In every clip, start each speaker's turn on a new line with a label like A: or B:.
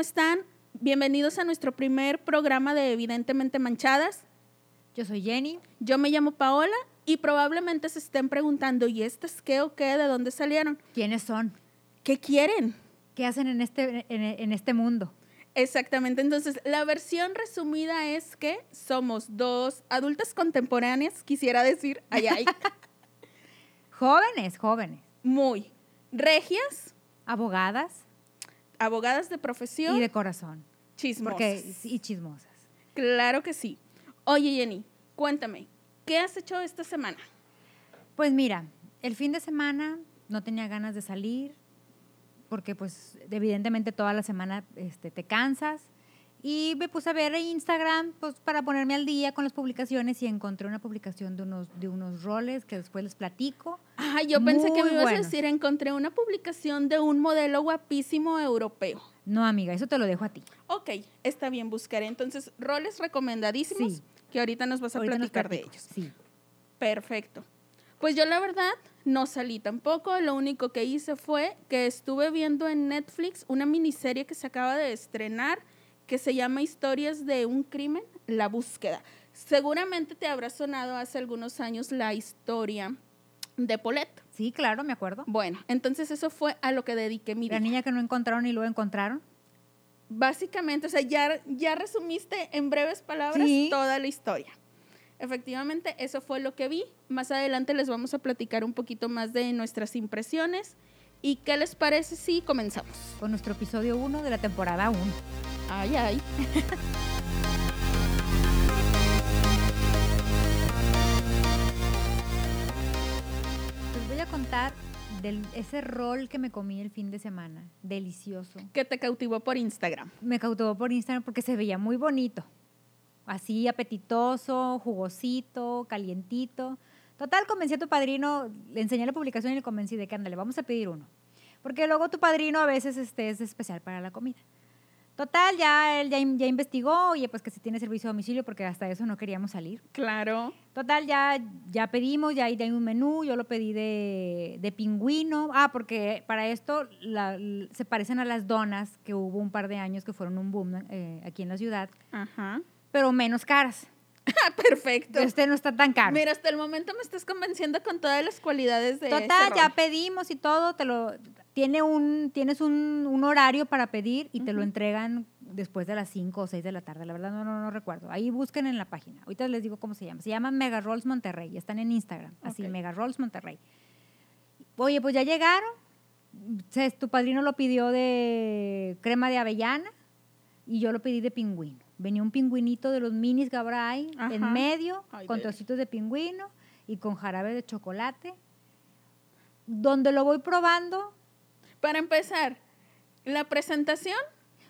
A: están? Bienvenidos a nuestro primer programa de Evidentemente Manchadas.
B: Yo soy Jenny.
A: Yo me llamo Paola y probablemente se estén preguntando, ¿y estas qué o qué? ¿De dónde salieron?
B: ¿Quiénes son?
A: ¿Qué quieren?
B: ¿Qué hacen en este, en, en este mundo?
A: Exactamente, entonces la versión resumida es que somos dos adultas contemporáneas, quisiera decir, ay, ay,
B: Jóvenes, jóvenes.
A: muy regias,
B: Abogadas
A: abogadas de profesión,
B: y de corazón.
A: chismosas.
B: Porque, y chismosas.
A: Claro que sí. Oye, Jenny, cuéntame, ¿qué has hecho esta semana?
B: Pues mira, el fin de semana no tenía ganas de salir porque pues evidentemente toda la semana este, te cansas y me puse a ver Instagram pues para ponerme al día con las publicaciones y encontré una publicación de unos, de unos roles que después les platico.
A: Ah, yo pensé que
B: Muy
A: me ibas a
B: bueno.
A: decir, encontré una publicación de un modelo guapísimo europeo.
B: No, amiga, eso te lo dejo a ti.
A: Ok, está bien, buscaré entonces roles recomendadísimos
B: Sí.
A: que ahorita nos vas a
B: Ahorita nos
A: platicar de
B: platico.
A: ellos.
B: Sí.
A: Perfecto. Pues yo la verdad no salí tampoco, lo único que hice fue que estuve viendo en Netflix una miniserie que se acaba de estrenar que se llama Historias de un crimen, la búsqueda. Seguramente te habrá sonado hace algunos años la historia de Paulette.
B: Sí, claro, me acuerdo.
A: Bueno, entonces eso fue a lo que dediqué mi
B: La
A: vida.
B: niña que no encontraron y luego encontraron.
A: Básicamente, o sea, ya, ya resumiste en breves palabras
B: Sí.
A: toda la historia. Efectivamente, eso fue lo que vi. Más adelante les vamos a platicar un poquito más de nuestras impresiones. ¿Y qué les parece si comenzamos?
B: con nuestro episodio 1 de la temporada 1.
A: Ay, ay.
B: Les voy a contar de ese rol que me comí el fin de semana. Delicioso.
A: Que te cautivó por Instagram.
B: Me cautivó por Instagram porque se veía muy bonito. Así apetitoso, jugosito, calientito. Total, convencí a tu padrino, le enseñé la publicación y le convencí de que ándale, vamos a pedir uno. Porque luego tu padrino a veces este, es especial para la comida. Total, ya él ya, in- ya investigó, oye, pues que si tiene servicio a domicilio, porque hasta eso no queríamos salir.
A: Claro.
B: Total, ya, ya pedimos, ya hay, ya hay un menú, yo lo pedí de, de pingüino. Ah, porque para esto la- l- se parecen a las donas que hubo un par de años que fueron un boom eh, aquí en la ciudad,
A: Ajá.
B: pero menos caras.
A: Ah, perfecto.
B: Este no está tan caro.
A: Mira, hasta el momento me estás convenciendo con todas las cualidades de
B: Total,
A: ese
B: ya
A: rol.
B: pedimos y todo, te lo tiene un tienes un, un horario para pedir y te lo
A: Ujú.
B: entregan después de las 5 o 6 de la tarde, la verdad no, no no recuerdo. Ahí busquen en la página. Ahorita les digo cómo se llama. Se llama Mega Rolls Monterrey, están en Instagram, así
A: Ok.
B: Mega Rolls Monterrey. Oye, pues ya llegaron. Se- tu padrino lo pidió de crema de avellana y yo lo pedí de pingüino. Venía un pingüinito de los minis que ahora hay
A: Ajá.
B: en medio,
A: Ay,
B: con
A: deli.
B: trocitos de pingüino y con jarabe de chocolate. Donde lo voy probando,
A: Para empezar, la presentación,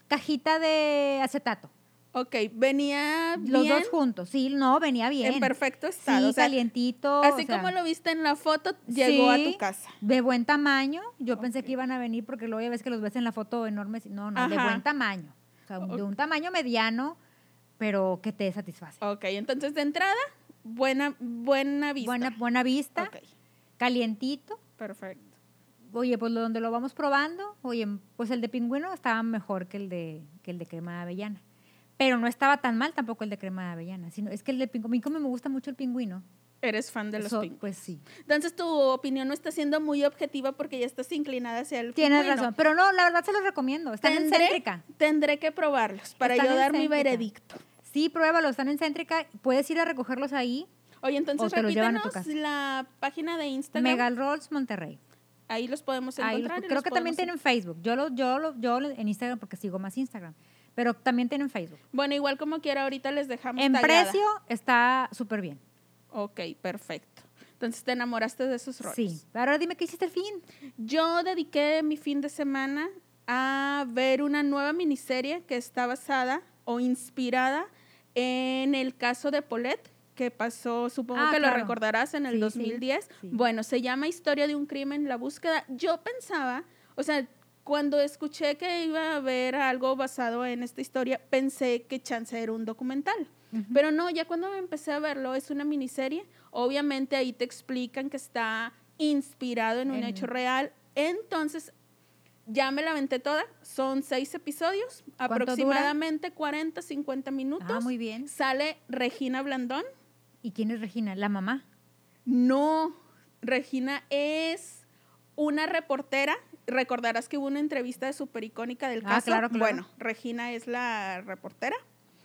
B: cajita de acetato.
A: ok, venía
B: Los
A: bien,
B: dos juntos. Sí, no, venía bien.
A: en perfecto estado.
B: Sí,
A: o sea,
B: calientito.
A: Así
B: o sea,
A: como lo viste en la foto, llegó a
B: sí,
A: tu casa.
B: De buen tamaño. Yo pensé
A: Ok.
B: que iban a venir porque luego ya ves que los ves en la foto enormes. No, no, de
A: Ajá.
B: buen tamaño. O sea, de un tamaño mediano, pero que te satisface.
A: Ok, entonces de entrada, buena, buena vista.
B: Buena, buena vista,
A: Ok,
B: calientito.
A: perfecto.
B: Oye, pues lo- donde lo vamos probando, oye, pues el de pingüino estaba mejor que el de, que el de crema de avellana. Pero no estaba tan mal tampoco el de crema de avellana. Sino, es que el de pingüino, como me gusta mucho el pingüino.
A: Eres fan de los
B: so-
A: pingüinos.
B: Pues sí.
A: Entonces tu opinión no está siendo muy objetiva porque ya estás inclinada hacia el
B: Tienes
A: pingüino.
B: razón. Pero no, la verdad se los recomiendo. Están en
A: Tendré-
B: Céntrica.
A: Tendré que probarlos para
B: Están
A: yo
B: en
A: dar mi
B: Céntrica.
A: veredicto.
B: Sí, pruébalo, están en Céntrica. Puedes ir a recogerlos ahí.
A: Oye, entonces
B: O te los llevan a tu
A: repítenos la página de Instagram.
B: Mega Rolls Monterrey.
A: Ahí los podemos
B: Ahí los-
A: encontrar. y
B: creo
A: los
B: que también
A: podemos-
B: tienen Facebook. Yo lo, yo lo, yo lo- en Instagram porque sigo más Instagram. Pero también tienen Facebook.
A: Bueno, igual como quiera, ahorita les dejamos
B: En
A: taggeada.
B: precio está súper bien.
A: Ok, perfecto. Entonces te enamoraste de esos roles.
B: Sí. Ahora dime qué hiciste el fin.
A: Yo dediqué mi fin de semana a ver una nueva miniserie que está basada o inspirada en el caso de Paulette, que pasó, supongo
B: Ah,
A: que
B: claro.
A: lo recordarás, en el
B: Sí, sí,
A: 2010.
B: sí.
A: Bueno, se llama Historia de un crimen, la búsqueda. Yo pensaba, o sea, cuando escuché que iba a haber algo basado en esta historia, pensé que chance era un documental. Pero no, ya cuando empecé a verlo, es una miniserie. Obviamente ahí te explican que está inspirado en un
B: En-
A: hecho real. Entonces, Ya me la aventé toda. Son seis episodios,
B: dura?
A: aproximadamente 40, 50 minutos.
B: Ah, muy bien.
A: Sale Regina Blandón.
B: ¿Y quién es Regina? La mamá.
A: No, Regina es una reportera. Recordarás que hubo una entrevista de súper icónica del
B: Ah,
A: caso.
B: claro, claro.
A: Bueno, Regina es la reportera.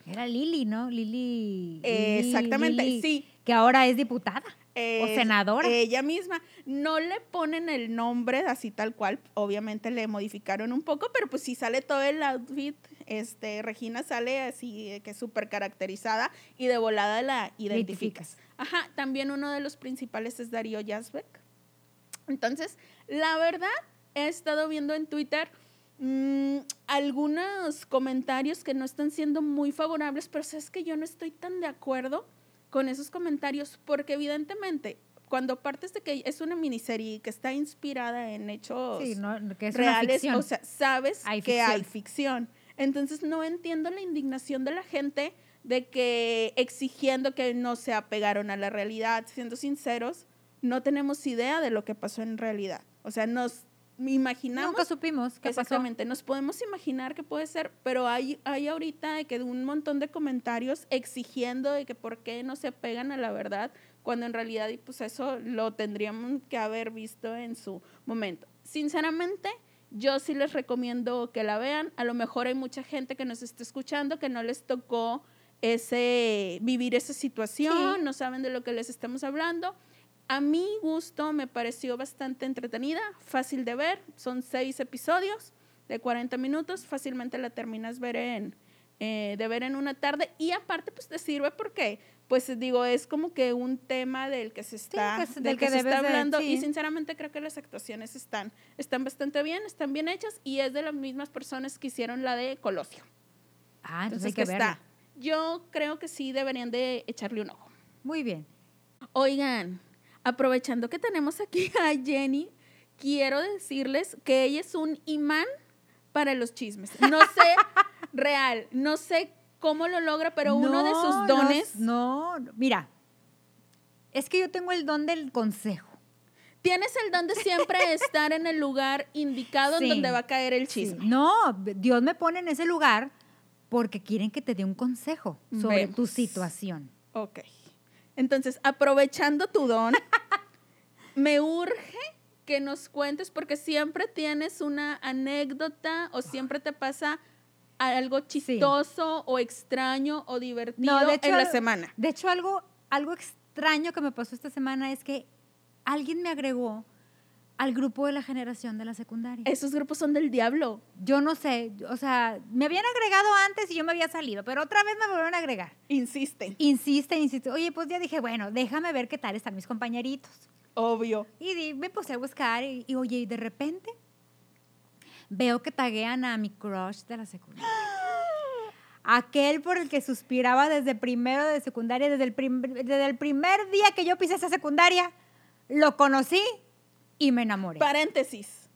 B: Era Lili, ¿no? Lili.
A: Eh,
B: Lili-
A: exactamente,
B: Lili,
A: sí.
B: Que ahora es diputada.
A: Es
B: senadora.
A: Ella misma. No le ponen el nombre así tal cual. Obviamente le modificaron un poco, pero pues sí sale todo el outfit. Este, Regina sale así eh, que súper caracterizada y de volada la identificas.
B: Identificas.
A: Ajá, también uno de los principales es Darío Yazbek. Entonces, la verdad, he estado viendo en Twitter mm, algunos comentarios que no están siendo muy favorables, pero es que yo no estoy tan de acuerdo con esos comentarios, porque evidentemente, cuando partes de que es una miniserie y que está inspirada en hechos
B: Sí, no, no, que es una
A: reales,
B: ficción.
A: o sea, sabes
B: Hay
A: que
B: ficción.
A: hay ficción. Entonces no entiendo la indignación de la gente de que exigiendo que no se apegaron a la realidad, siendo sinceros, no tenemos idea de lo que pasó en realidad. O sea, nos imaginamos
B: Nunca supimos qué pasó.
A: Exactamente, nos podemos imaginar que puede ser, pero hay, hay ahorita de que un montón de comentarios exigiendo de que por qué no se pegan a la verdad, cuando en realidad y pues eso lo tendríamos que haber visto en su momento. Sinceramente, yo sí les recomiendo que la vean. A lo mejor hay mucha gente que nos está escuchando que no les tocó ese vivir esa situación,
B: Sí.
A: no saben de lo que les estamos hablando. A mi gusto me pareció bastante entretenida, fácil de ver, son seis episodios de 40 minutos, fácilmente la terminas ver en, eh, de ver en una tarde y aparte pues te sirve porque pues digo es como que un tema del que se está
B: que es-
A: del
B: pues, del
A: que
B: que
A: se está
B: debes de-
A: hablando y
B: sí.
A: sinceramente creo que las actuaciones están están bastante bien, están bien hechas y es de las mismas personas que hicieron la de Colosio.
B: Ah, entonces,
A: Entonces
B: hay que
A: que
B: verla.
A: está. Yo creo que sí deberían de echarle un ojo.
B: Muy bien.
A: Oigan, aprovechando que tenemos aquí a Jenny, quiero decirles que ella es un imán para los chismes. No sé, real, no sé cómo lo logra, pero uno de
B: No,
A: sus
B: los-
A: dones
B: No, no, mira. Es que yo tengo el don del consejo.
A: tienes el don de siempre estar en el lugar indicado en
B: Sí,
A: donde va a caer el chisme.
B: Sí. No, Dios me pone en ese lugar porque quieren que te dé un consejo sobre tu
A: Vemos.
B: situación.
A: Ok. Entonces, aprovechando tu don, me urge que nos cuentes, porque siempre tienes una anécdota o siempre te pasa algo chistoso o extraño o divertido
B: No, de hecho,
A: en la
B: al-
A: semana.
B: De hecho, algo, algo extraño que me pasó esta semana es que alguien me agregó al grupo de la generación de la secundaria.
A: Esos grupos son del diablo.
B: Yo no sé, o sea, me habían agregado antes y yo me había salido, pero otra vez me volvieron a agregar.
A: Insisten.
B: Insiste, insiste. Oye, pues ya dije, bueno, déjame ver qué tal están mis compañeritos.
A: Obvio.
B: Y di- me puse a buscar y, y, oye, y de repente veo que taguean a mi crush de la secundaria. Aquel por el que suspiraba desde primero de secundaria, desde el, prim- desde el primer día que yo pisé esa secundaria, lo conocí y me enamoré.
A: Paréntesis.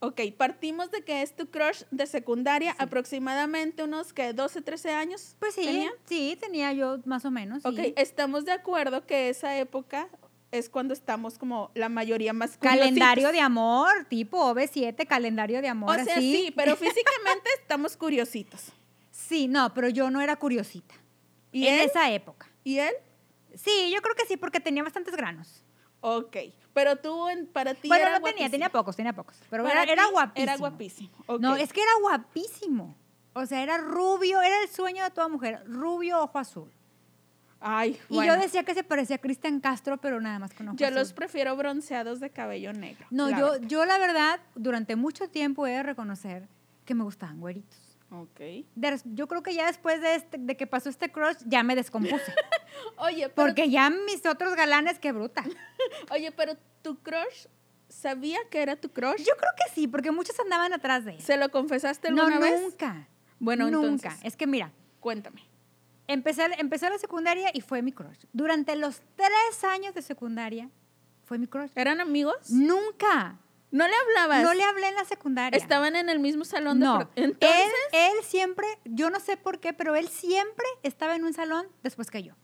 A: Ok, partimos de que es tu crush de secundaria, aproximadamente unos que 12, 13 años.
B: Pues sí,
A: ¿Tenían?
B: sí, tenía yo más o menos. sí.
A: Ok, eh, estamos de acuerdo que esa época es cuando estamos como la mayoría más
B: Calendario de amor, tipo OV7, calendario de
A: O
B: amor,
A: sea,
B: así.
A: sí, pero físicamente estamos curiositos.
B: Sí, no, pero yo no era curiosita.
A: ¿Y
B: en
A: él?
B: esa época.
A: ¿Y él?
B: Sí, yo creo que sí, porque tenía bastantes granos.
A: Ok, pero tú en- para ti
B: bueno,
A: era
B: no tenía,
A: guapísimo.
B: tenía pocos, tenía pocos. Pero
A: Para
B: era, era
A: ti
B: guapísimo.
A: Era guapísimo. ok.
B: No, es que era guapísimo. O sea, era rubio, era el sueño de toda mujer. Rubio, ojo azul.
A: Ay,
B: Y
A: bueno,
B: yo decía que se parecía a Cristian Castro, pero nada más con ojo
A: yo
B: azul.
A: los prefiero bronceados de cabello negro.
B: No,
A: la
B: yo,
A: verdad.
B: yo la verdad, durante mucho tiempo he de reconocer que me gustaban güeritos.
A: Ok.
B: De res- yo creo que ya después de, este- de que pasó este crush, ya me descompuse.
A: Oye, pero,
B: porque ya mis otros galanes, qué bruta.
A: oye, pero tu crush sabía que era tu crush.
B: Yo creo que sí, porque muchos andaban atrás de él.
A: ¿Se lo confesaste
B: No,
A: alguna vez?
B: nunca.
A: Bueno,
B: nunca.
A: entonces,
B: Es que mira,
A: cuéntame.
B: empecé, empecé la secundaria y fue mi crush. Durante los tres años de secundaria fue mi crush.
A: ¿Eran amigos?
B: Nunca.
A: No le hablabas.
B: No le hablé en la secundaria.
A: Estaban en el mismo salón.
B: no.
A: De pro- Entonces,
B: él, él siempre, yo no sé por qué, pero él siempre estaba en un salón después que yo.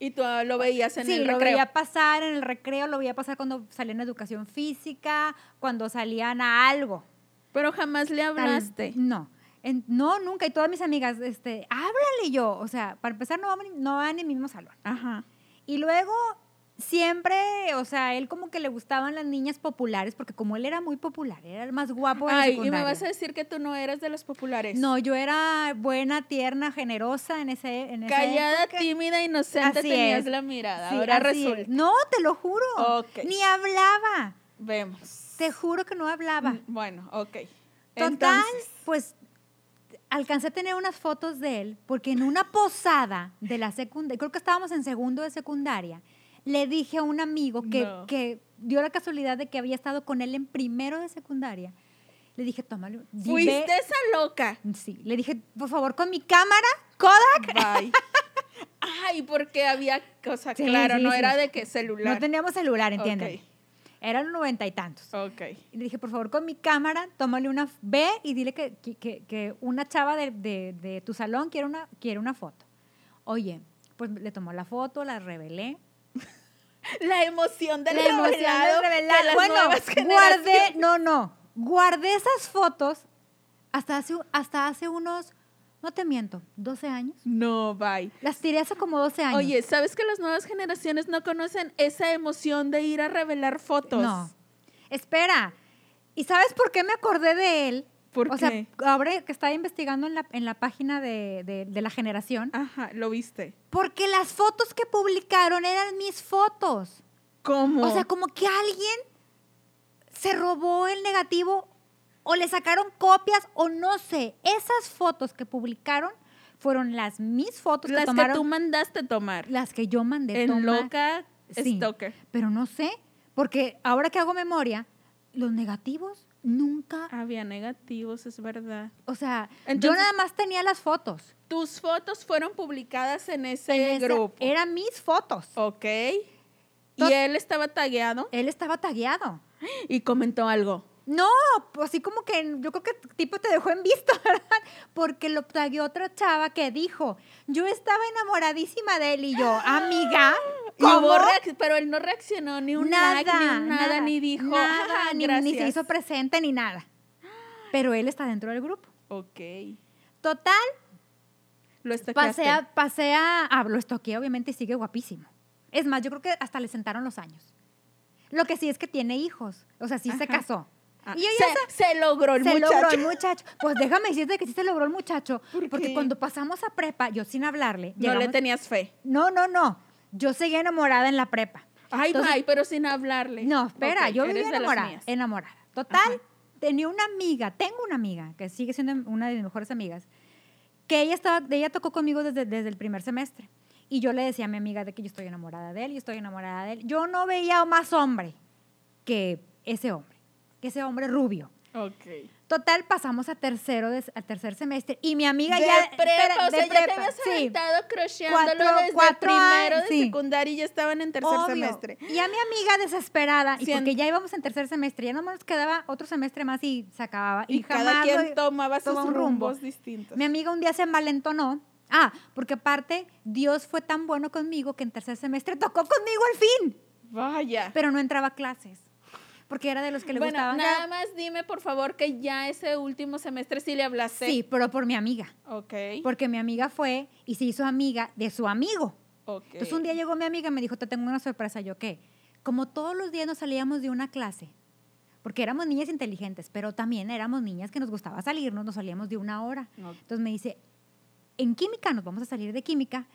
A: y tú ah, lo veías en
B: sí,
A: el
B: lo
A: recreo.
B: veía pasar en el recreo, lo veía pasar cuando salía en educación física, cuando salían a algo.
A: Pero jamás le
B: Tal-
A: hablaste.
B: no. En- no, nunca. Y todas mis amigas, este, háblale y yo. O sea, para empezar, no van, no van en el mismo salón.
A: Ajá.
B: Y luego, siempre, o sea, él como que le gustaban las niñas populares, porque como él era muy popular, era el más guapo de la
A: Ay, y me
B: secundaria.
A: vas a decir que tú no eras de las populares.
B: No, yo era buena, tierna, generosa en ese. En esa
A: Callada,
B: época.
A: tímida, inocente
B: Así
A: tenías
B: es.
A: la mirada.
B: Sí,
A: Ahora
B: así es.
A: resulta.
B: No, te lo juro.
A: Ok.
B: Ni hablaba.
A: Vemos.
B: Te juro que no hablaba.
A: Mm, Bueno, ok.
B: Total,
A: Entonces,
B: pues alcancé a tener unas fotos de él porque en una posada de la secundaria, creo que estábamos en segundo de secundaria, le dije a un amigo que,
A: No.
B: que dio la casualidad de que había estado con él en primero de secundaria. Le dije, tómalo. dime-
A: fuiste esa loca.
B: Sí, le dije, por favor, con mi cámara, Kodak.
A: Bye. Ay, porque había cosa,
B: Sí,
A: claro,
B: sí,
A: no
B: sí.
A: era de que celular.
B: No teníamos celular, entiéndeme.
A: Ok.
B: Eran noventa y tantos.
A: Ok.
B: Y le dije, por favor, con mi cámara, tómale una, f- ve y dile que, que- que- que una chava de, de- de tu salón quiere una, quiere una foto. Oye, pues le tomó la foto, la revelé.
A: La emoción del
B: la
A: revelado.
B: emoción del revelado.
A: de las
B: Bueno,
A: nuevas
B: guardé,
A: generaciones.
B: no, no, guardé esas fotos hasta hace, hasta hace unos, no te miento, 12 años.
A: No, bye.
B: Las tiré hace como 12 años.
A: Oye, ¿sabes que las nuevas generaciones no conocen esa emoción de ir a revelar fotos?
B: No. Espera. ¿Y sabes por qué me acordé de él?
A: ¿Por
B: o
A: qué?
B: sea, ahora que estaba investigando en la, en la página de, de- de la generación,
A: Ajá, lo viste.
B: porque las fotos que publicaron eran mis fotos.
A: ¿Cómo?
B: O sea, como que alguien se robó el negativo o le sacaron copias o no sé. Esas fotos que publicaron fueron las mis fotos
A: las
B: que
A: que,
B: tomaron,
A: tú mandaste tomar.
B: las que yo mandé
A: en
B: tomar.
A: loca
B: Sí.
A: stalker.
B: Pero no sé, porque ahora que hago memoria, los negativos nunca,
A: Había negativos, es verdad.
B: o sea, yo
A: Entonces-
B: nada más tenía las fotos.
A: Tus fotos fueron publicadas en ese
B: En ese-
A: grupo.
B: Eran mis fotos.
A: Ok.
B: Tot-
A: Y él estaba tagueado
B: Él estaba tagueado.
A: y comentó algo.
B: No, pues así como que yo creo que el tipo te dejó en visto, ¿verdad? Porque lo tagueó otra chava que dijo, yo estaba enamoradísima de él y yo, amiga,
A: Y
B: ¿cómo?
A: hubo reac- pero él no reaccionó ni un like, ni un nada, ni dijo
B: nada,
A: "Ah,
B: ni- ni se
A: gracias".
B: hizo presente, ni nada. Pero él está dentro del grupo.
A: Ok.
B: Total,
A: Lo estaqueaste.
B: Pasea, pasea, ah, lo estoquea obviamente y sigue guapísimo. Es más, yo creo que hasta le sentaron los años. Lo que sí es que tiene hijos, o sea, sí
A: Ajá.
B: se casó.
A: Ah,
B: y yo ya sa-
A: se, se logró el
B: se
A: muchacho.
B: logró el muchacho. Pues déjame decirte que sí se logró el muchacho,
A: ¿Por
B: porque
A: qué?
B: cuando pasamos a prepa, yo sin hablarle,
A: No le
B: llegamos-
A: tenías fe.
B: no, no, no, yo seguía enamorada en la prepa.
A: Ay,
B: Entonces-
A: ay, pero sin hablarle.
B: No, espera,
A: Ok,
B: yo
A: eres
B: vivía
A: de las
B: enamorada,
A: mías.
B: enamorada. Total,
A: Ajá.
B: tenía una amiga, tengo una amiga, que sigue siendo una de mis mejores amigas, que ella, estaba, ella tocó conmigo desde, desde el primer semestre. Y yo le decía a mi amiga de que yo estoy enamorada de él, yo estoy enamorada de él. Yo no veía más hombre que ese hombre, que ese hombre rubio.
A: Ok.
B: Total, pasamos a tercero, de- al tercer semestre y mi amiga
A: de
B: ya...
A: prepa,
B: espera,
A: o
B: de
A: sea, ya te
B: prepa,
A: habías
B: sí.
A: aventado crusheándolo
B: Cuatro-
A: desde
B: cuatro
A: primero
B: años,
A: de
B: sí.
A: secundaria y ya estaban en tercer
B: Obvio.
A: semestre.
B: Y a mi amiga desesperada, y
A: Sien-
B: porque ya íbamos en tercer semestre, ya no nos quedaba otro semestre más y se acababa.
A: Y,
B: Y,
A: cada
B: jamás
A: quien
B: lo-
A: tomaba sus
B: toma un rumbo.
A: rumbos distintos.
B: Mi amiga un día se envalentonó. Ah, porque aparte, Dios fue tan bueno conmigo que en tercer semestre tocó conmigo al fin,
A: Vaya.
B: pero no entraba a clases. Porque era de los que le
A: bueno,
B: gustaban.
A: nada más dime, por favor, que ya ese último semestre sí le hablaste.
B: Sí, pero por mi amiga.
A: Ok.
B: Porque mi amiga fue y se hizo amiga de su amigo.
A: ok.
B: Entonces un día llegó mi amiga y me dijo, te tengo una sorpresa. Yo, ¿qué? Como todos los días nos salíamos de una clase, porque éramos niñas inteligentes, pero también éramos niñas que nos gustaba salirnos, nos salíamos de una hora.
A: Ok.
B: Entonces me dice, en química nos vamos a salir de química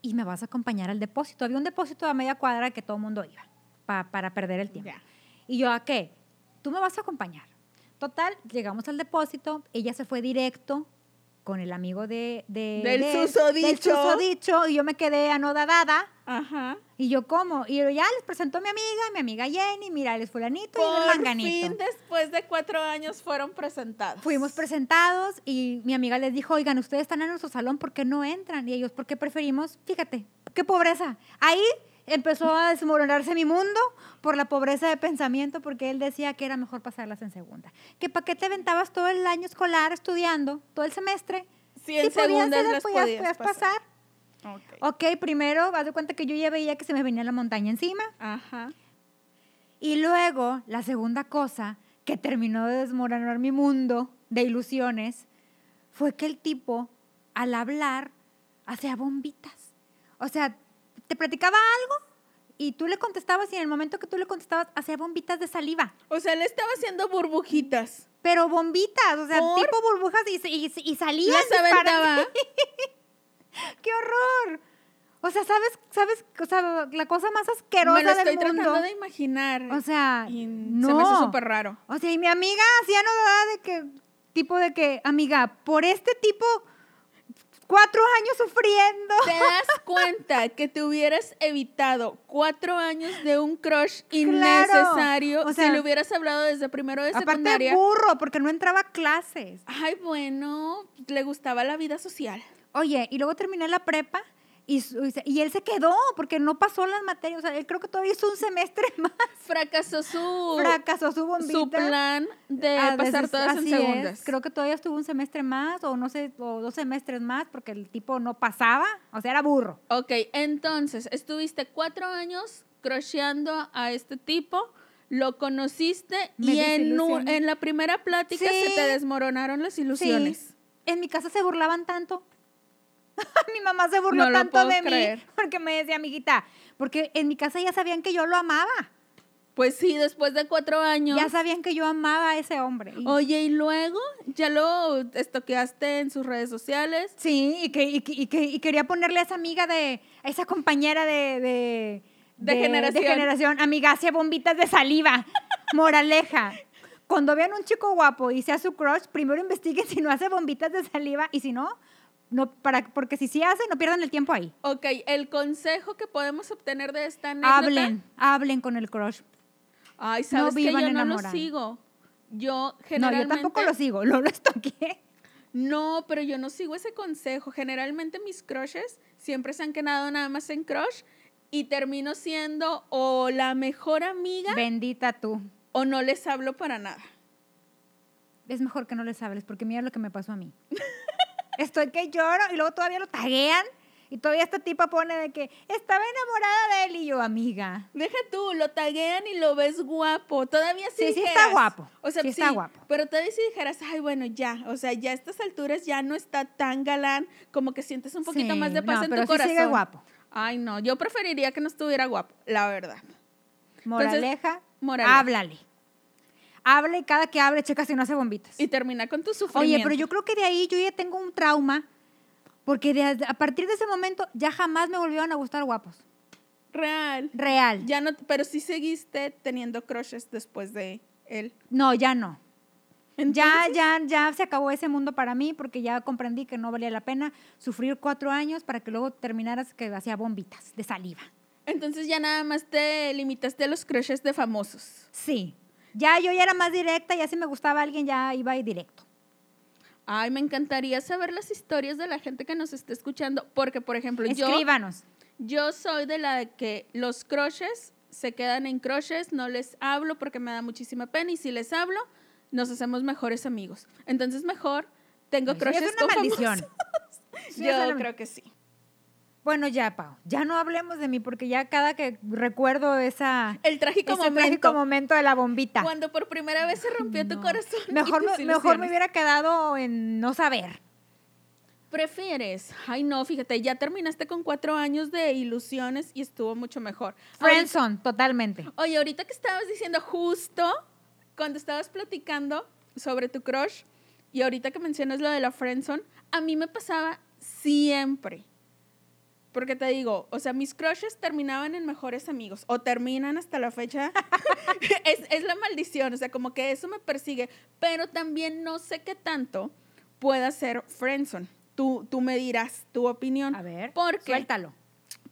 B: y me vas a acompañar al depósito. Había un depósito a media cuadra que todo el mundo iba pa- para perder el tiempo.
A: Ya.
B: Y yo, ¿a qué? Tú me vas a acompañar. Total, llegamos al depósito, ella se fue directo con el amigo de... de-
A: Del
B: de- Del
A: susodicho.
B: susodicho, y yo me quedé anodadada.
A: Ajá.
B: Y yo, ¿cómo? Y yo, ya les presentó a mi amiga, mi amiga Jenny, mira, él es fulanito y él es
A: Por
B: manganito.
A: fin, después de cuatro años, fueron presentados.
B: Fuimos presentados y mi amiga les dijo, oigan, ustedes están en nuestro salón, ¿por qué no entran? Y ellos, ¿por qué preferimos? Fíjate, qué pobreza. Ahí empezó a desmoronarse mi mundo por la pobreza de pensamiento, porque él decía que era mejor pasarlas en segunda. Que para qué te aventabas todo el año escolar estudiando, todo el semestre.
A: Sí, en
B: Si podías,
A: segundas
B: eras,
A: las
B: podías-
A: podías
B: podías
A: pasar.
B: pasar.
A: Ok.
B: Ok, primero, haz de cuenta que yo ya veía que se me venía la montaña encima.
A: Ajá.
B: Y luego, la segunda cosa, que terminó de desmoronar mi mundo de ilusiones fue que el tipo, al hablar, hacía bombitas. O sea, te platicaba algo y tú le contestabas y en el momento que tú le contestabas hacía bombitas de saliva.
A: O sea, le estaba haciendo burbujitas.
B: Pero bombitas, o sea,
A: ¿Por?
B: tipo burbujas y, y, y salían.
A: Las
B: disparadas.
A: aventaba.
B: ¡Qué horror! O sea, ¿sabes? ¿Sabes? O sea, la cosa más asquerosa
A: Me lo estoy
B: del mundo.
A: tratando de imaginar.
B: O sea,
A: y
B: no.
A: se me hizo súper raro.
B: O sea, y mi amiga hacía nada de que, tipo de que, amiga, por este tipo, cuatro años sufriendo.
A: ¿Te das cuenta que te hubieras evitado cuatro años de un crush innecesario
B: O sea,
A: si le hubieras hablado desde primero de
B: Aparte,
A: secundaria?
B: burro, porque no entraba a clases.
A: Ay, bueno, le gustaba la vida social.
B: Oye, y luego terminé la prepa y, su- y se- y él se quedó porque no pasó las materias. O sea, él creo que todavía hizo un semestre más.
A: Fracasó su,
B: Fracasó su bombita.
A: su plan de
B: Ah,
A: pasar
B: veces-
A: todas en
B: así es.
A: segundas.
B: Creo que todavía estuvo un semestre más o no sé, o dos semestres más porque el tipo no pasaba. O sea, era burro.
A: Ok, entonces, estuviste cuatro años crusheando a este tipo, lo conociste
B: Me
A: y en, un-
B: desilusioné.
A: en la primera plática se
B: Sí.
A: te desmoronaron las
B: Sí.
A: ilusiones.
B: En mi casa se burlaban tanto. mi mamá se burló
A: No lo
B: tanto
A: puedo
B: de
A: creer.
B: mí porque me decía, amiguita, porque en mi casa ya sabían que yo lo amaba.
A: Pues sí, después de cuatro años.
B: Ya sabían que yo amaba a ese hombre. Y-
A: Oye, y luego ya lo estoqueaste en sus redes sociales.
B: Sí, y, que, y, que- y que- y quería ponerle a esa amiga de, a esa compañera de... De,
A: De generación.
B: generación, amiga, hace bombitas de saliva. Moraleja. Cuando vean un chico guapo y sea su crush, primero investiguen si no hace bombitas de saliva y si no, no para, porque si sí hace, no pierdan el tiempo ahí.
A: Ok, el consejo que podemos obtener de esta anécdota.
B: Hablen, hablen con el crush.
A: Ay, sabes que
B: vivan
A: yo no lo
B: enamorados.
A: sigo. Yo
B: No,
A: generalmente.
B: yo tampoco lo sigo, no lo estoqué.
A: No, pero yo no sigo ese consejo. Generalmente mis crushes siempre se han quedado nada más en crush y termino siendo o la mejor amiga
B: Bendita tú.
A: o no les hablo para nada.
B: Es mejor que no les hables, porque mira lo que me pasó a mí. Estoy que lloro y luego todavía lo taguean y todavía esta tipa pone de que estaba enamorada de él y yo, amiga.
A: Deja tú, lo taguean y lo ves guapo. Todavía sí
B: Sí, sí está
A: dijeras-
B: guapo,
A: O sea,
B: sí está guapo.
A: Pero todavía si dijeras, ay, bueno, ya. O sea, ya a estas alturas ya no está tan galán. Como que sientes un poquito
B: Sí,
A: más de paz
B: no,
A: en
B: pero
A: tu
B: sí
A: corazón.
B: sigue guapo.
A: Ay, no. Yo preferiría que no estuviera guapo, la verdad.
B: Moraleja,
A: moraleja.
B: háblale. Habla y cada que hable, checa si no hace bombitas.
A: Y termina con tu sufrimiento.
B: Oye, pero yo creo que de ahí yo ya tengo un trauma, porque de- a partir de ese momento ya jamás me volvieron a gustar guapos.
A: Real.
B: Real.
A: Ya no, pero sí seguiste teniendo crushes después de él.
B: No, ya no. Ya,
A: Entonces,
B: ya, ya se acabó ese mundo para mí porque ya comprendí que no valía la pena sufrir cuatro años para que luego terminaras que hacía bombitas de saliva.
A: Entonces ya nada más te limitaste a los crushes de famosos.
B: Sí. Ya yo ya era más directa, ya si me gustaba alguien ya iba y directo.
A: Ay, me encantaría saber las historias de la gente que nos está escuchando, porque por ejemplo, yo,
B: Escríbanos.
A: yo soy de la que los crushes se quedan en crushes, no les hablo porque me da muchísima pena y si les hablo, nos hacemos mejores amigos. Entonces mejor tengo
B: Eso ya
A: crushes
B: es una
A: con
B: maldición.
A: famosos.
B: Eso ya es
A: Yo
B: una-
A: creo que sí.
B: Bueno, ya, Pau, ya no hablemos de mí porque ya cada que recuerdo esa,
A: El trágico
B: ese
A: momento.
B: trágico momento de la bombita.
A: Cuando por primera vez se rompió tu
B: No.
A: corazón. y
B: Mejor,
A: tus
B: me- mejor me
A: ilusiones.
B: hubiera quedado en no saber.
A: ¿Prefieres? Ay, no, fíjate, ya terminaste con cuatro años de ilusiones y estuvo mucho mejor. Ahorita-
B: Friendson, totalmente.
A: oye, ahorita que estabas diciendo justo cuando estabas platicando sobre tu crush y ahorita que mencionas lo de la friendzone, a mí me pasaba siempre. Porque te digo, o sea, mis crushes terminaban en mejores amigos o terminan hasta la fecha. es, es la maldición, o sea, como que eso me persigue. Pero también no sé qué tanto pueda ser friendzone. Tú, tú me dirás tu opinión.
B: A ver,
A: ¿Por qué?
B: suéltalo.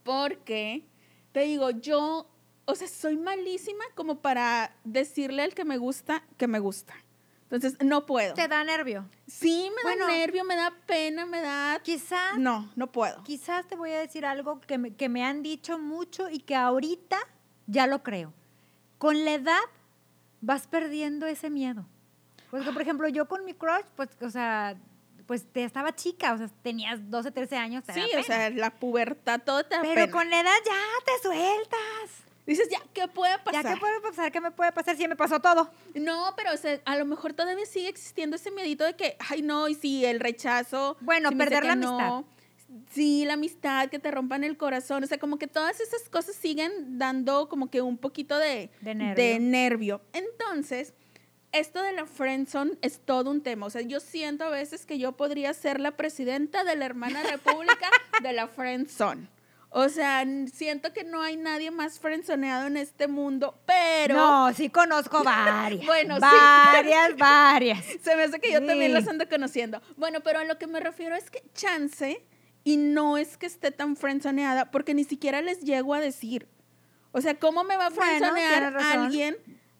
A: Porque, te digo, yo, o sea, soy malísima como para decirle al que me gusta que me gusta. Entonces, no puedo.
B: Te da nervio.
A: Sí, me
B: Bueno.
A: da nervio, me da pena, me da...
B: Quizás
A: No, no puedo.
B: Quizás te voy a decir algo que me, que me han dicho mucho y que ahorita ya lo creo. Con la edad vas perdiendo ese miedo. Porque, por ejemplo, yo con mi crush, pues, o sea, pues te estaba chica, o sea, tenías 12, 13 años. te da
A: Sí, o
B: pena.
A: sea, la pubertad, todo te da
B: Pero
A: pena.
B: con la edad ya te sueltas.
A: Dices, ya, ¿qué puede
B: ¿Ya
A: pasar?
B: qué puede pasar? ¿Qué me puede pasar? Si ya me pasó todo.
A: No, pero o sea, a lo mejor todavía sigue existiendo ese miedito de que, ay, no, y si el rechazo.
B: Bueno,
A: si me dice
B: perder la
A: que Sí, la amistad, que te rompan el corazón. O sea, como que todas esas cosas siguen dando como que un poquito de,
B: De nervio.
A: nervio. Entonces, esto de la friendzone es todo un tema. O sea, yo siento a veces que yo podría ser la presidenta de la hermana república de la friendzone. O sea, n- siento que no hay nadie más friendzoneado en este mundo, pero...
B: no, sí conozco varias.
A: Bueno, sí.
B: varias, varias.
A: Se me hace que yo también
B: Sí.
A: los ando conociendo. Bueno, pero a lo que me refiero es que chance y no es que esté tan frenzoneada porque ni siquiera les llego a decir. O sea, ¿cómo me va a
B: Bueno,
A: frenzonear
B: tienes
A: a
B: razón.
A: alguien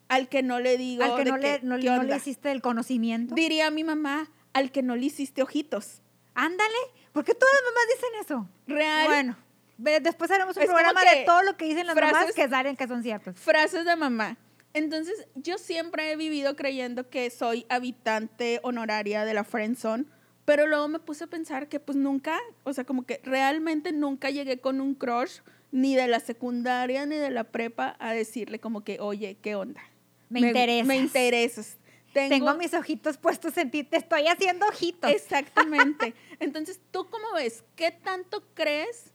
A: al que no le digo?
B: Al que
A: de
B: no le, no,
A: qué
B: le- no
A: onda?
B: le hiciste el conocimiento.
A: Diría mi mamá, al que no le hiciste ojitos.
B: Ándale, ¿por qué todas las mamás dicen eso?
A: Real.
B: Bueno, ve- después haremos un
A: Es como
B: programa
A: que
B: de todo lo que dicen las mamás
A: frases-
B: que salen que son ciertas.
A: Frases de mamá. Entonces, yo siempre he vivido creyendo que soy habitante honoraria de la friendzone, pero luego me puse a pensar que pues nunca, o sea, como que realmente nunca llegué con un crush ni de la secundaria ni de la prepa a decirle como que, "Oye, ¿qué onda?
B: Me interesas.
A: Me interesas."
B: Tengo, mis ojitos puestos en ti, te estoy haciendo ojitos.
A: Exactamente. Entonces, ¿tú cómo ves? ¿Qué tanto crees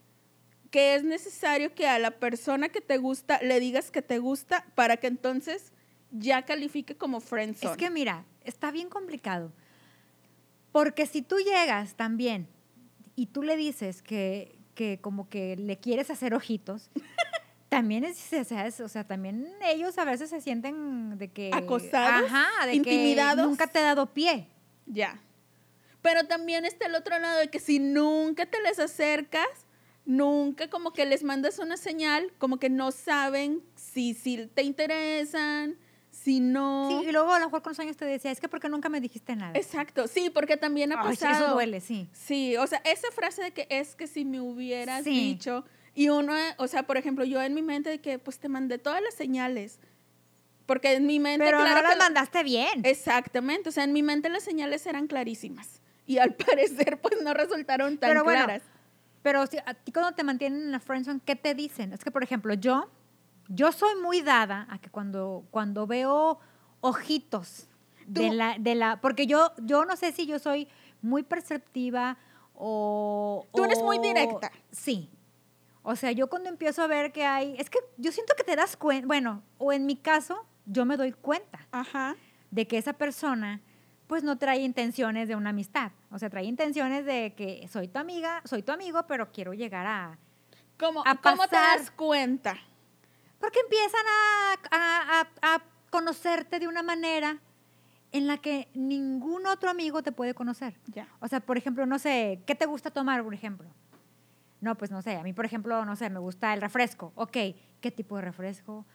A: que es necesario que a la persona que te gusta le digas que te gusta para que entonces ya califique como friendzone?
B: Es que mira, está bien complicado. Porque si tú llegas también y tú le dices que, que como que le quieres hacer ojitos, también es, o sea, es- o sea, también ellos a veces se sienten de que...
A: Acosados,
B: Ajá, de
A: intimidados.
B: que nunca te he dado pie.
A: Ya. Pero también está el otro lado de que si nunca te les acercas, nunca como que les mandas una señal, como que no saben si, si te interesan, si no.
B: Sí, y luego a lo mejor con los años te decía, es que porque nunca me dijiste nada.
A: Exacto, sí, porque también ha
B: Ay,
A: pasado.
B: eso duele, sí.
A: Sí, o sea, esa frase de que es que si me hubieras
B: Sí.
A: dicho, y uno, eh, o sea, por ejemplo, yo en mi mente de que pues te mandé todas las señales, porque en mi mente...
B: Pero
A: claro
B: no las
A: que-
B: mandaste bien.
A: Exactamente, o sea, en mi mente las señales eran clarísimas y al parecer pues no resultaron tan
B: Pero bueno,
A: claras.
B: Pero si, a ti cuando te mantienen en la friendzone, ¿qué te dicen? Es que, por ejemplo, yo, yo soy muy dada a que cuando, cuando veo ojitos de
A: Tú-
B: la, de la... Porque yo, yo no sé si yo soy muy perceptiva o...
A: Tú eres muy
B: o-
A: directa.
B: Sí. O sea, yo cuando empiezo a ver que hay... Es que yo siento que te das cuenta... Bueno, o en mi caso, yo me doy cuenta
A: Ajá.
B: de que esa persona pues no trae intenciones de una amistad. O sea, trae intenciones de que soy tu amiga, soy tu amigo, pero quiero llegar a...
A: ¿Cómo,
B: A
A: ¿cómo te
B: pasar.
A: das cuenta?
B: Porque empiezan a, a- a- a conocerte de una manera en la que ningún otro amigo te puede conocer.
A: Ya.
B: O sea, por ejemplo, no sé, ¿qué te gusta tomar, por ejemplo? No, pues no sé, a mí, por ejemplo, no sé, me gusta el refresco. Ok, ¿qué tipo de refresco?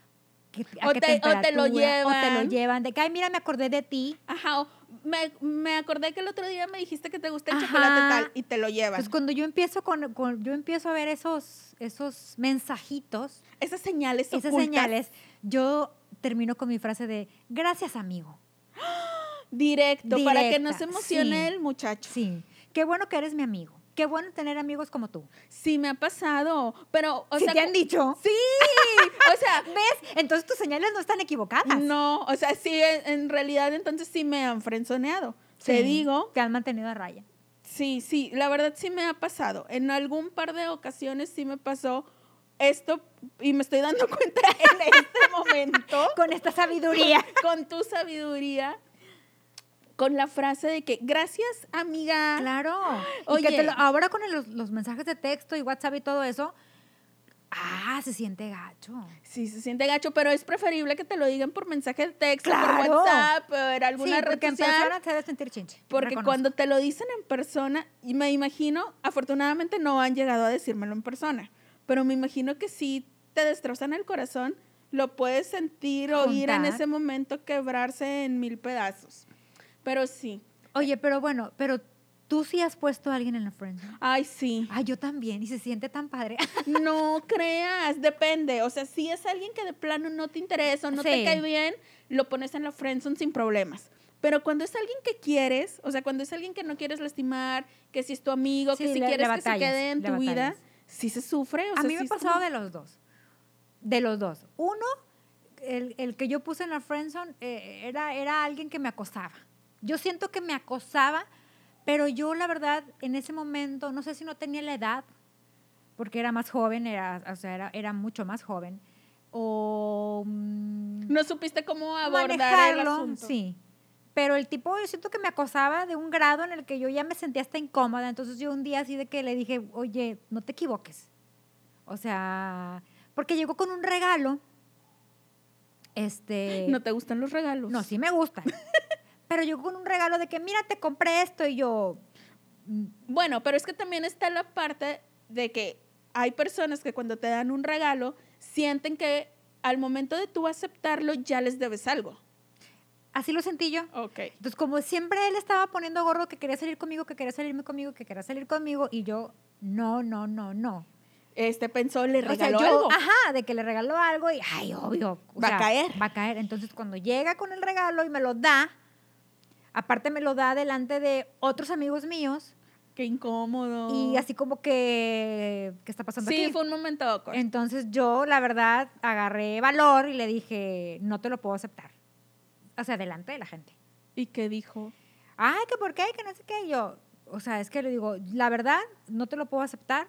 B: ¿Qué- a
A: O
B: qué
A: te- o te lo
B: temperatura? O te lo
A: llevan.
B: llevan. De que, ay, mira, me acordé de ti.
A: Ajá, o me, me acordé que el otro día me dijiste que te gusta el
B: Ajá.
A: chocolate tal y te lo llevan.
B: Pues cuando yo empiezo con, con- yo empiezo a ver esos, esos mensajitos,
A: Esas señales
B: esas
A: ocultas,
B: señales, yo termino con mi frase de gracias amigo.
A: Directo, para que no
B: Directa,
A: se emocione
B: sí.
A: el muchacho.
B: Sí. Qué bueno que eres mi amigo. Qué bueno tener amigos como tú.
A: Sí, me ha pasado. Pero, o
B: si
A: sea.
B: te han dicho,
A: Sí, o sea.
B: ¿ves? Entonces tus señales no están equivocadas.
A: No, o sea, sí, en, en realidad entonces sí me han frenzoneado. Te
B: Sí,
A: digo,
B: Te han mantenido a raya.
A: sí, sí, la verdad sí me ha pasado. En algún par de ocasiones sí me pasó esto y me estoy dando cuenta en este momento.
B: Con esta sabiduría.
A: Con tu sabiduría, con la frase de que gracias, amiga.
B: Claro. Y
A: Oye.
B: que te lo- ahora con el- los, los mensajes de texto y WhatsApp y todo eso, ah, se siente gacho.
A: Sí, se siente gacho, pero es preferible que te lo digan por mensaje de texto, por
B: Claro.
A: WhatsApp, por alguna
B: sí,
A: red
B: porque en
A: social.
B: persona te debe sentir chinche.
A: Porque
B: reconozco.
A: cuando te lo dicen en persona, y me imagino, afortunadamente no han llegado a decírmelo en persona, pero me imagino que sí te destrozan el corazón, lo puedes sentir, oír en
B: Juntar.
A: ese momento quebrarse en mil pedazos. Pero sí,
B: Oye, pero bueno, pero tú sí has puesto a alguien en la friendzone.
A: ay sí,
B: Ay, yo también, y se siente tan padre.
A: no creas, depende, o sea, si es alguien que de plano no te interesa o no te
B: Sí.
A: cae bien, lo pones en la friendzone sin problemas. Pero cuando es alguien que quieres, o sea, cuando es alguien que no quieres lastimar, que si es tu amigo,
B: Sí,
A: que si
B: le- le
A: quieres que se
B: batallas,
A: quede en
B: le
A: tu vida,
B: batallas.
A: sí se sufre. O sea,
B: a mí me
A: sí
B: ha
A: es
B: pasado
A: como-
B: de los dos. de los dos. Uno, el, el que yo puse en la friendzone eh, era, era alguien que me acosaba. Yo siento que me acosaba, pero yo la verdad en ese momento, no sé si no tenía la edad, porque era más joven, era, o sea, era, era mucho más joven, o mm,
A: No supiste cómo abordar el
B: manejarlo,
A: asunto.
B: sí. Pero el tipo, yo siento que me acosaba de un grado en el que yo ya me sentía hasta incómoda. Entonces yo un día así de que le dije, oye, no te equivoques. O sea, porque llegó con un regalo. Este.
A: No te gustan los regalos.
B: No, sí me gusta. pero llegó con un regalo de que, mira, te compré esto. Y yo, "Mm,
A: Bueno, pero es que también está la parte de que hay personas que cuando te dan un regalo sienten que al momento de tú aceptarlo ya les debes algo.
B: así lo sentí yo.
A: Ok.
B: Entonces, como siempre él estaba poniendo gorro que quería salir conmigo, que quería salirme conmigo, que quería salir conmigo, y yo, no, no, no, no.
A: Este pensó, le
B: O sea,
A: regaló
B: yo, ah.
A: algo.
B: Ajá, de que le regaló algo y, ay, obvio. o
A: Va a
B: sea,
A: caer.
B: Va a caer. Entonces, cuando llega con el regalo y me lo da, aparte me lo da delante de otros amigos míos,
A: Qué incómodo.
B: y así como que, ¿qué está pasando
A: Oh. Sí,
B: aquí?
A: fue un momento awkward.
B: Entonces yo, la verdad, agarré valor y le dije, no te lo puedo aceptar. O sea, delante de la gente.
A: ¿Y qué dijo?
B: ay, que por qué, que no sé qué. Y Yo, o sea, es que le digo, la verdad, no te lo puedo aceptar.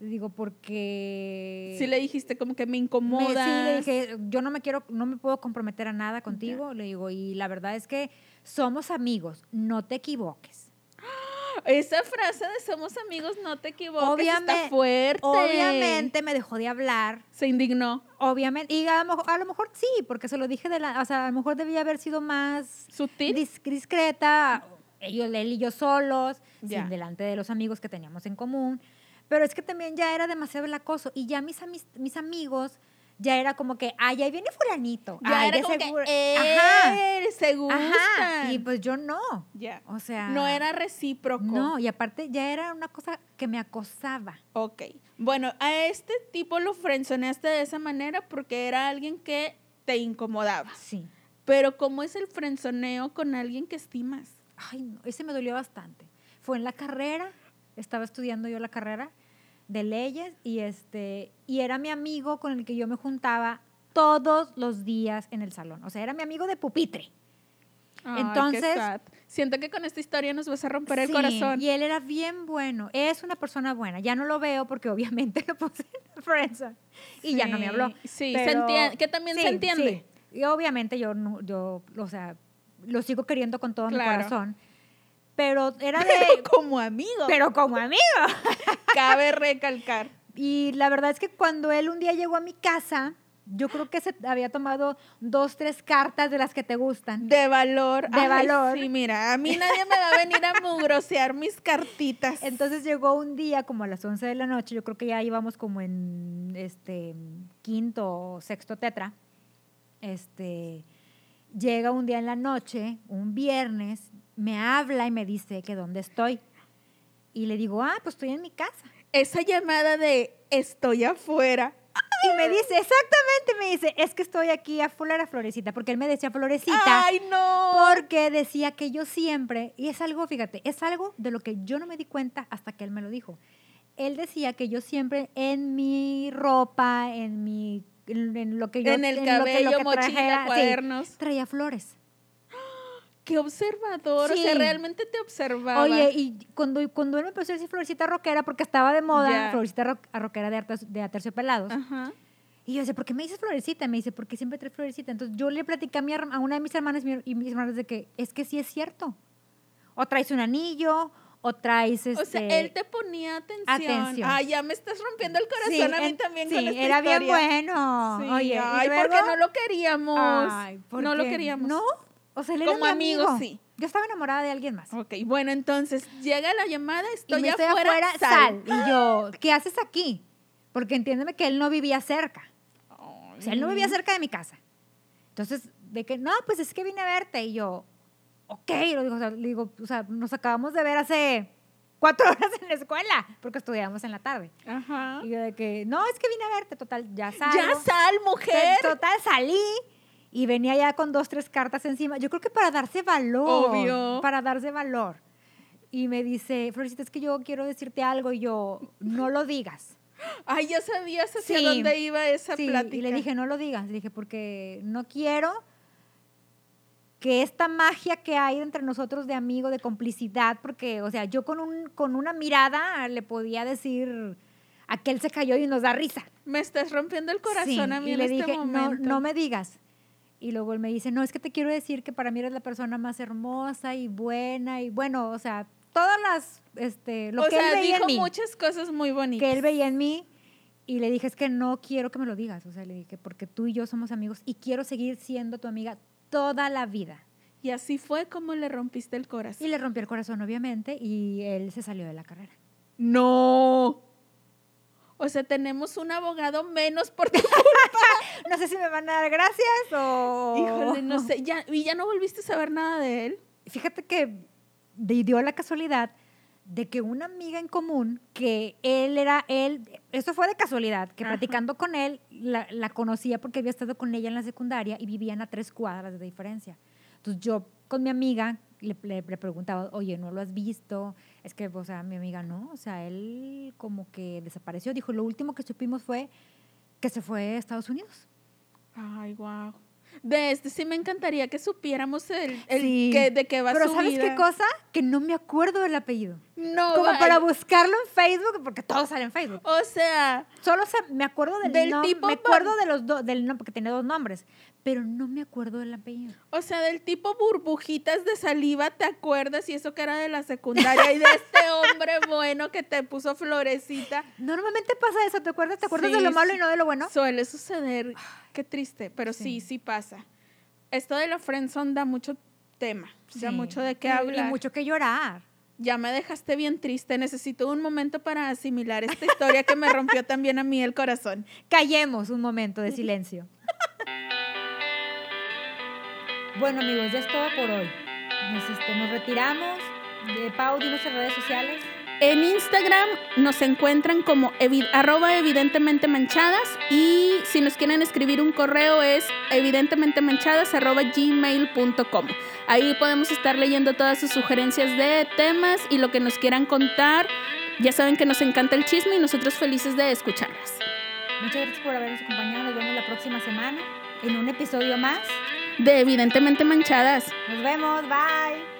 B: Le digo, porque...
A: Sí le dijiste como que me
B: Eh, Me- sí,
A: incomoda.
B: le dije, yo no me quiero, no me puedo comprometer a nada contigo. Le digo, y la verdad es que somos amigos, no te equivoques.
A: Ah, Esa frase de somos amigos, no te equivoques,
B: Obviamente-
A: está fuerte.
B: Obviamente me dejó de hablar.
A: Se indignó.
B: Obviamente, y a lo, mejor, a lo mejor sí, porque se lo dije de la, o sea, a lo mejor debía haber sido más
A: Sutil.
B: dis- discreta, ellos, él y yo solos, sin
A: Ya.
B: delante de los amigos que teníamos en común. Pero es que también ya era demasiado el acoso y ya mis, amis- mis amigos ya era como que, ay, ahí viene fulanito.
A: Ya
B: ay,
A: era
B: de
A: como
B: seguro".
A: que,
B: Ajá,
A: "Eh, se
B: ajá.
A: gustan.
B: Y pues yo no.
A: Ya.
B: O sea,
A: No era recíproco.
B: No, y aparte ya era una cosa que me acosaba.
A: Ok. Bueno, a este tipo lo frenzoneaste de esa manera porque era alguien que te incomodaba.
B: Sí.
A: Pero ¿cómo es el frenzoneo con alguien que estimas?
B: Ay, no, ese me dolió bastante. Fue en la carrera, estaba estudiando yo la carrera de leyes y este y era mi amigo con el que yo me juntaba todos los días en el salón. O sea, era mi amigo de pupitre.
A: Ay, qué
B: Entonces-
A: sad. siento que con esta historia nos vas a romper el
B: Sí,
A: corazón.
B: Y él era bien bueno. Es una persona buena. Ya no lo veo porque obviamente lo puse en la friendzone. Y ya no me habló.
A: Sí,
B: Pero-
A: se entien- que también se
B: sí,
A: entiende.
B: sí. Y obviamente yo, no- yo, o sea, lo sigo queriendo con todo mi
A: Claro.
B: corazón. Pero era de...
A: Pero como amigo,
B: pero como amigo.
A: cabe recalcar.
B: Y la verdad es que cuando él un día llegó a mi casa, yo creo que se había tomado dos, tres cartas de las que te gustan.
A: De valor.
B: De valor.
A: Sí, mira, a mí nadie me va a venir a mugrosear mis cartitas.
B: Entonces llegó un día como a las 11 de la noche, yo creo que ya íbamos como en este quinto o sexto tetra. Este llega un día en la noche, un viernes, me habla y me dice que dónde estoy. Y le digo, "Ah, pues estoy en mi casa."
A: Esa llamada de estoy afuera.
B: Y me dice, "Exactamente", me dice, "Es que estoy aquí a Fulera Florecita", porque él me decía Florecita.
A: ¡Ay, no!
B: Porque decía que yo siempre, y es algo, fíjate, es algo de lo que yo no me di cuenta hasta que él me lo dijo. Él decía que yo siempre en mi ropa, en mi en, en lo que yo
A: en el
B: en lo que-
A: cabello,
B: lo que
A: mochila,
B: trajera, sí,
A: cuadernos.
B: traía flores.
A: Qué observador, o sea,
B: Sí.
A: realmente te observaba.
B: Oye, y cuando, y cuando él me empezó a decir florecita rockera, porque estaba de moda,
A: Ya.
B: florecita rock- rockera de, aterciopelados de aterciopelados,
A: Ajá.
B: Y yo decía, ¿por qué me dices florecita? Me dice, porque siempre traes florecita. Entonces yo le platicé a, mi herma- a una de mis hermanas mi- y mis hermanas de que es que sí es cierto. O traes un anillo, o traes este...
A: O sea, él te ponía atención.
B: Atención.
A: Ay, ya me estás rompiendo el corazón
B: Sí,
A: a mí
B: en-
A: también
B: sí,
A: con esta
B: era bien
A: historia.
B: bueno.
A: Sí,
B: Oye,
A: ay,
B: y luego,
A: porque no lo queríamos.
B: Ay, ¿por
A: no lo
B: qué?
A: queríamos.
B: No, o sea, él era
A: Como
B: mi
A: amigo,
B: amigo.
A: sí.
B: Yo estaba enamorada de alguien más.
A: Ok, bueno, entonces llega la llamada,
B: y
A: estoy,
B: me estoy
A: afuera,
B: sal. Y yo, ¿qué haces aquí? Porque entiéndeme que él no vivía cerca. O sea, él no
A: Mm.
B: vivía cerca de mi casa. Entonces, de que, no, pues es que vine a verte. Y yo, ok, lo digo, o sea, le digo, o sea, nos acabamos de ver hace cuatro horas en la escuela, porque estudiamos en la tarde.
A: Ajá.
B: Y yo de que, no, es que vine a verte, total, ya salgo.
A: Ya sal, mujer.
B: Entonces, Total, salí y venía ya con dos, tres cartas encima. Yo creo que para darse valor.
A: Obvio.
B: Para darse valor. Y me dice, Florecita, es que yo quiero decirte algo. Y yo, no lo digas.
A: Ay, ya sabías hacia
B: Sí.
A: dónde iba esa
B: Sí,
A: plática.
B: y le dije, no lo digas. Le dije, porque no quiero que esta magia que hay entre nosotros de amigo, de complicidad, porque, o sea, yo con, un, con una mirada le podía decir, aquel se cayó y nos da risa.
A: Me estás rompiendo el corazón
B: Sí,
A: a mí
B: y
A: en
B: le
A: este
B: dije, no,
A: momento.
B: no me digas. Y luego él me dice, no, es que te quiero decir que para mí eres la persona más hermosa y buena y bueno, o sea, todas las, este, lo
A: o
B: que
A: sea,
B: él veía
A: dijo
B: en mí,
A: muchas cosas muy bonitas.
B: que él veía en mí y le dije, es que no quiero que me lo digas, o sea, le dije, porque tú y yo somos amigos y quiero seguir siendo tu amiga toda la vida.
A: Y así fue como le rompiste el
B: Y
A: corazón.
B: le rompió el corazón, obviamente, y él se salió de la carrera.
A: No. O sea, tenemos un abogado menos por tu
B: No sé si me van a dar gracias o...
A: Híjole,
B: Oh.
A: no sé. Ya, y ya no volviste a saber nada de él.
B: fíjate que de- dio la casualidad de que una amiga en común, que él era él, esto fue de casualidad, que
A: Ajá.
B: platicando con él, la, la conocía porque había estado con ella en la secundaria y vivían a tres cuadras de diferencia. Entonces yo con mi amiga le, le- le preguntaba, oye, ¿no lo has visto? Es que, o sea, mi amiga no, o sea, él como que desapareció. Dijo, lo último que supimos fue que se fue a Estados Unidos.
A: Ay, wow. De este sí me encantaría que supiéramos el, el
B: Sí.
A: que- de qué va
B: Pero
A: su
B: ¿sabes
A: vida.
B: qué cosa? Que no me acuerdo del apellido.
A: No,
B: Como
A: vale.
B: para buscarlo en Facebook, porque todo sale en Facebook.
A: O sea,
B: Solo se- me acuerdo del,
A: Del
B: nom-
A: tipo
B: me
A: por-
B: acuerdo de los dos, del nombre, porque tenía dos nombres, pero no me acuerdo del apellido.
A: o sea, del tipo burbujitas de saliva, ¿te acuerdas? Y eso que era de la secundaria y de este hombre bueno que te puso florecita.
B: Normalmente pasa eso, ¿te acuerdas? ¿Te acuerdas de
A: Sí,
B: lo malo
A: sí.
B: y no de lo bueno?
A: Suele suceder. Qué triste, pero sí, sí,
B: Sí.
A: pasa. Esto de la friendzone da mucho tema, da
B: Sí.
A: mucho de qué
B: Y-
A: hablar.
B: Y mucho que llorar.
A: Ya me dejaste bien triste, necesito un momento para asimilar esta historia que me rompió también a mí el corazón.
B: Callemos un momento de silencio. bueno, amigos, ya es todo por hoy. Nos, este, nos retiramos. De Pau, dinos en redes sociales.
A: En Instagram nos encuentran como evi- arroba evidentemente manchadas y si nos quieren escribir un correo es evidentemente manchadas arroba gmail.com. Ahí podemos estar leyendo todas sus sugerencias de temas y lo que nos quieran contar. Ya saben que nos encanta el chisme y nosotros felices de escucharlas.
B: Muchas gracias por habernos acompañado. Nos vemos la próxima semana en un episodio más.
A: De evidentemente manchadas.
B: Nos vemos. Bye.